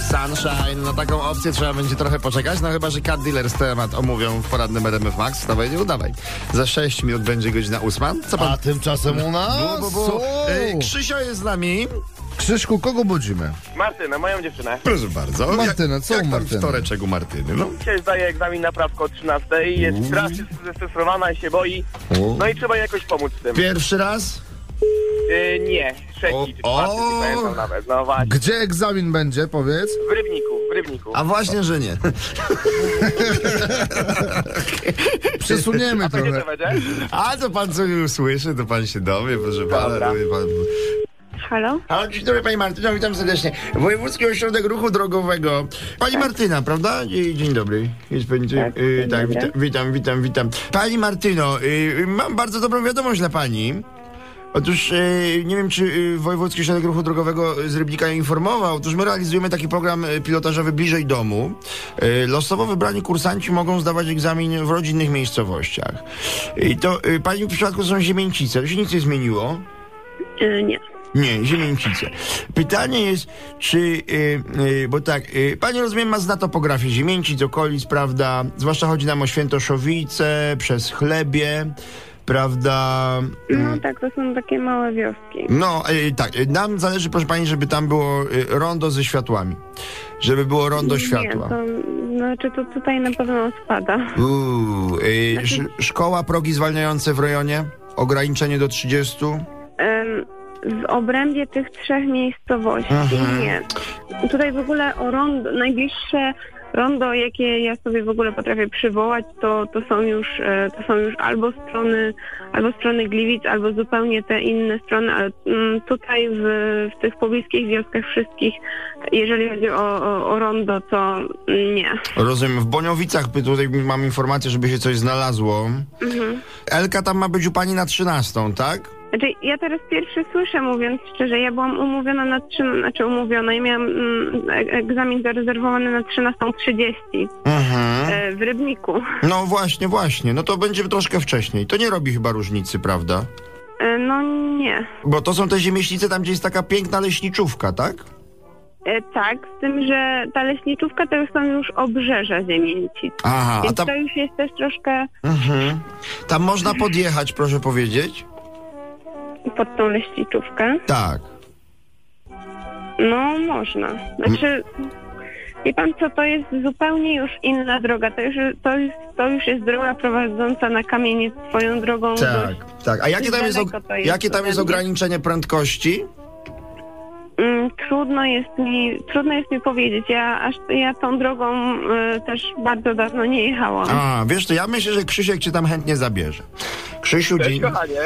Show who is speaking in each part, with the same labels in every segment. Speaker 1: Sunshine. Na taką opcję trzeba będzie trochę poczekać, no chyba, że Cat Dealers temat omówią w poradnym RMF Max. To będzie udawaj. Za 6 minut będzie godzina 8. Co pan...
Speaker 2: A tymczasem u nas...
Speaker 1: Bu, bu, bu. Ej, Krzysio jest z nami.
Speaker 2: Krzyszku, kogo budzimy?
Speaker 3: Martyna, moją dziewczynę.
Speaker 1: Proszę bardzo.
Speaker 2: Martyna,
Speaker 1: Jak-
Speaker 2: co
Speaker 1: jak
Speaker 2: u
Speaker 1: tam
Speaker 2: Martyny?
Speaker 1: wtoreczek u Martyny? No.
Speaker 3: Dzisiaj zdaje egzamin na prawko o 13 i jest strasznie zestresowana i się boi. No i trzeba jej jakoś pomóc z tym.
Speaker 1: Pierwszy raz?
Speaker 3: Yy, nie,
Speaker 1: O-
Speaker 3: trzeci czy czwarty,
Speaker 1: o!
Speaker 3: nie pamiętam nawet. No właśnie.
Speaker 2: Gdzie egzamin będzie, powiedz?
Speaker 3: W Rybniku, w Rybniku.
Speaker 1: A właśnie, że nie.
Speaker 2: Przesuniemy
Speaker 3: Gdzie to
Speaker 2: trochę.
Speaker 3: będzie?
Speaker 1: A to pan co nie usłyszy, to pan się dowie, proszę pana.
Speaker 3: Dobra.
Speaker 1: powie Pan...
Speaker 4: Halo?
Speaker 1: A, dzień dobry pani Martyna, witam serdecznie. Wojewódzki Ośrodek Ruchu Drogowego. Pani Martyna, prawda? I- Dzień dobry. Jest pani, tu-
Speaker 4: Tak,
Speaker 1: y,
Speaker 4: dzień
Speaker 1: tak
Speaker 4: dobry.
Speaker 1: witam, witam, witam, witam. Pani Martyno, y, y, mam bardzo dobrą wiadomość dla pani. Otóż y, nie wiem, czy y, Wojewódzki Ośrodek Ruchu Drogowego z Rybnika informował. Otóż my realizujemy taki program y, pilotażowy bliżej domu. Y, Losowo wybrani kursanci mogą zdawać egzamin w rodzinnych miejscowościach. I to y, pani w przypadku są Ziemięcice. To się nic nie zmieniło.
Speaker 4: Y, nie.
Speaker 1: Nie, Ziemięcice. Pytanie jest, czy, y, y, bo tak, y, pani rozumiem, ma zna topografię Ziemięcic, okolic, prawda? Zwłaszcza chodzi nam o Świętoszowice, przez Chlebie, prawda? Mm.
Speaker 4: No tak, to są takie małe wioski.
Speaker 1: No, y, tak, y, nam zależy, proszę pani, żeby tam było y, rondo ze światłami. Żeby było rondo
Speaker 4: Nie,
Speaker 1: światła.
Speaker 4: to, znaczy to tutaj na pewno spada.
Speaker 1: Uuu, y,
Speaker 4: Znaczy-
Speaker 1: sz- szkoła, progi zwalniające w rejonie, ograniczenie do 30.
Speaker 4: Ym, w obrębie tych trzech miejscowości
Speaker 1: Mhm.
Speaker 4: nie. Tutaj w ogóle o rondo, najbliższe rondo, jakie ja sobie w ogóle potrafię przywołać, to, to, są, już, e, to są już albo strony, albo strony Gliwic, albo zupełnie te inne strony, ale mm, tutaj w, w tych pobliskich wioskach wszystkich, jeżeli chodzi o, o, o rondo, to nie.
Speaker 1: Rozumiem, w Boniowicach by- tutaj mam informację, żeby się coś znalazło.
Speaker 4: Mhm.
Speaker 1: Elka tam ma być u pani na 13, tak?
Speaker 4: Znaczy, ja teraz pierwszy słyszę, mówiąc szczerze, ja byłam umówiona na 3, znaczy umówiona i miałam mm, e- egzamin zarezerwowany na 13.30
Speaker 1: Mhm.
Speaker 4: e, w Rybniku.
Speaker 1: No właśnie, właśnie. No to będzie troszkę wcześniej. To nie robi chyba różnicy, prawda?
Speaker 4: E, no nie.
Speaker 1: Bo to są te ziemieślice tam, gdzie jest taka piękna leśniczówka, tak?
Speaker 4: E, tak, z tym, że ta leśniczówka to już są już obrzeża Ziemięcic.
Speaker 1: Aha, a
Speaker 4: Więc
Speaker 1: tam,
Speaker 4: to już jest też troszkę
Speaker 1: mhm. tam można podjechać, proszę powiedzieć?
Speaker 4: pod tą leśniczówkę.
Speaker 1: Tak.
Speaker 4: No, można. Znaczy, wie pan co, to jest zupełnie już inna droga. To już, to jest, to już jest droga prowadząca na kamieniec swoją drogą dość
Speaker 1: Tak, tak. A jakie tam jest, og-
Speaker 4: Daleko to jest
Speaker 1: jakie tam jest
Speaker 4: ode mnie.
Speaker 1: ograniczenie prędkości?
Speaker 4: Mm, Trudno jest mi, trudno jest mi powiedzieć. Ja, aż, ja tą drogą y, też bardzo dawno nie jechałam.
Speaker 1: A, wiesz to ja myślę, że Krzysiek cię tam chętnie zabierze. Krzysiu,
Speaker 3: Cześć,
Speaker 1: dzień,
Speaker 3: kochanie.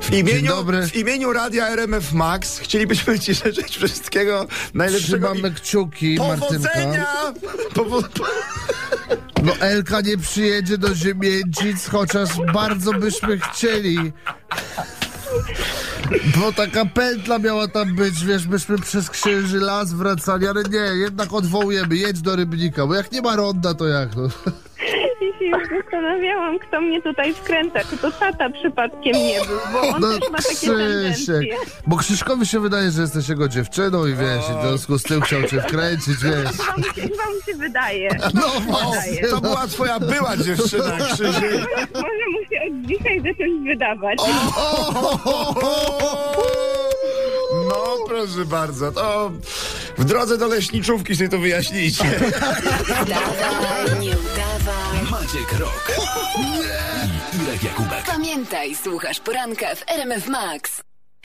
Speaker 1: W imieniu,
Speaker 2: Dzień dobry.
Speaker 1: w imieniu Radia RMF Max chcielibyśmy Ci życzyć wszystkiego najlepszego.
Speaker 2: Trzymamy
Speaker 1: i
Speaker 2: kciuki,
Speaker 1: Powodzenia!
Speaker 2: Martynka.
Speaker 1: Powo- po-
Speaker 2: No Elka nie przyjedzie do Ziemięcic, chociaż bardzo byśmy chcieli. Bo taka pętla miała tam być, wiesz, myśmy przez Krzyży Las wracali, ale nie, jednak odwołujemy, jedź do Rybnika, bo jak nie ma ronda, to jak? No.
Speaker 4: I się już zastanawiałam, kto mnie tutaj wkręca. Czy to tata przypadkiem nie był, bo
Speaker 2: No,
Speaker 4: on też ma takie tendencje.
Speaker 2: Bo Krzyszkowi się wydaje, że jesteś jego dziewczyną i wiesz, i w związku z tym chciał cię wkręcić, wiesz.
Speaker 4: Chyba mu się- chyba mu się wydaje.
Speaker 2: No
Speaker 1: O,
Speaker 2: właśnie.
Speaker 1: to była Twoja była dziewczyna, Krzysiek.
Speaker 4: Może mu się od dzisiaj zacząć wydawać.
Speaker 1: No, proszę bardzo, to w drodze do leśniczówki sobie to wyjaśnijcie.
Speaker 5: Dawaj, nie udawaj.
Speaker 6: Maciek Rok. I Irek Jakubek.
Speaker 5: Pamiętaj, słuchasz poranka w RMF Max.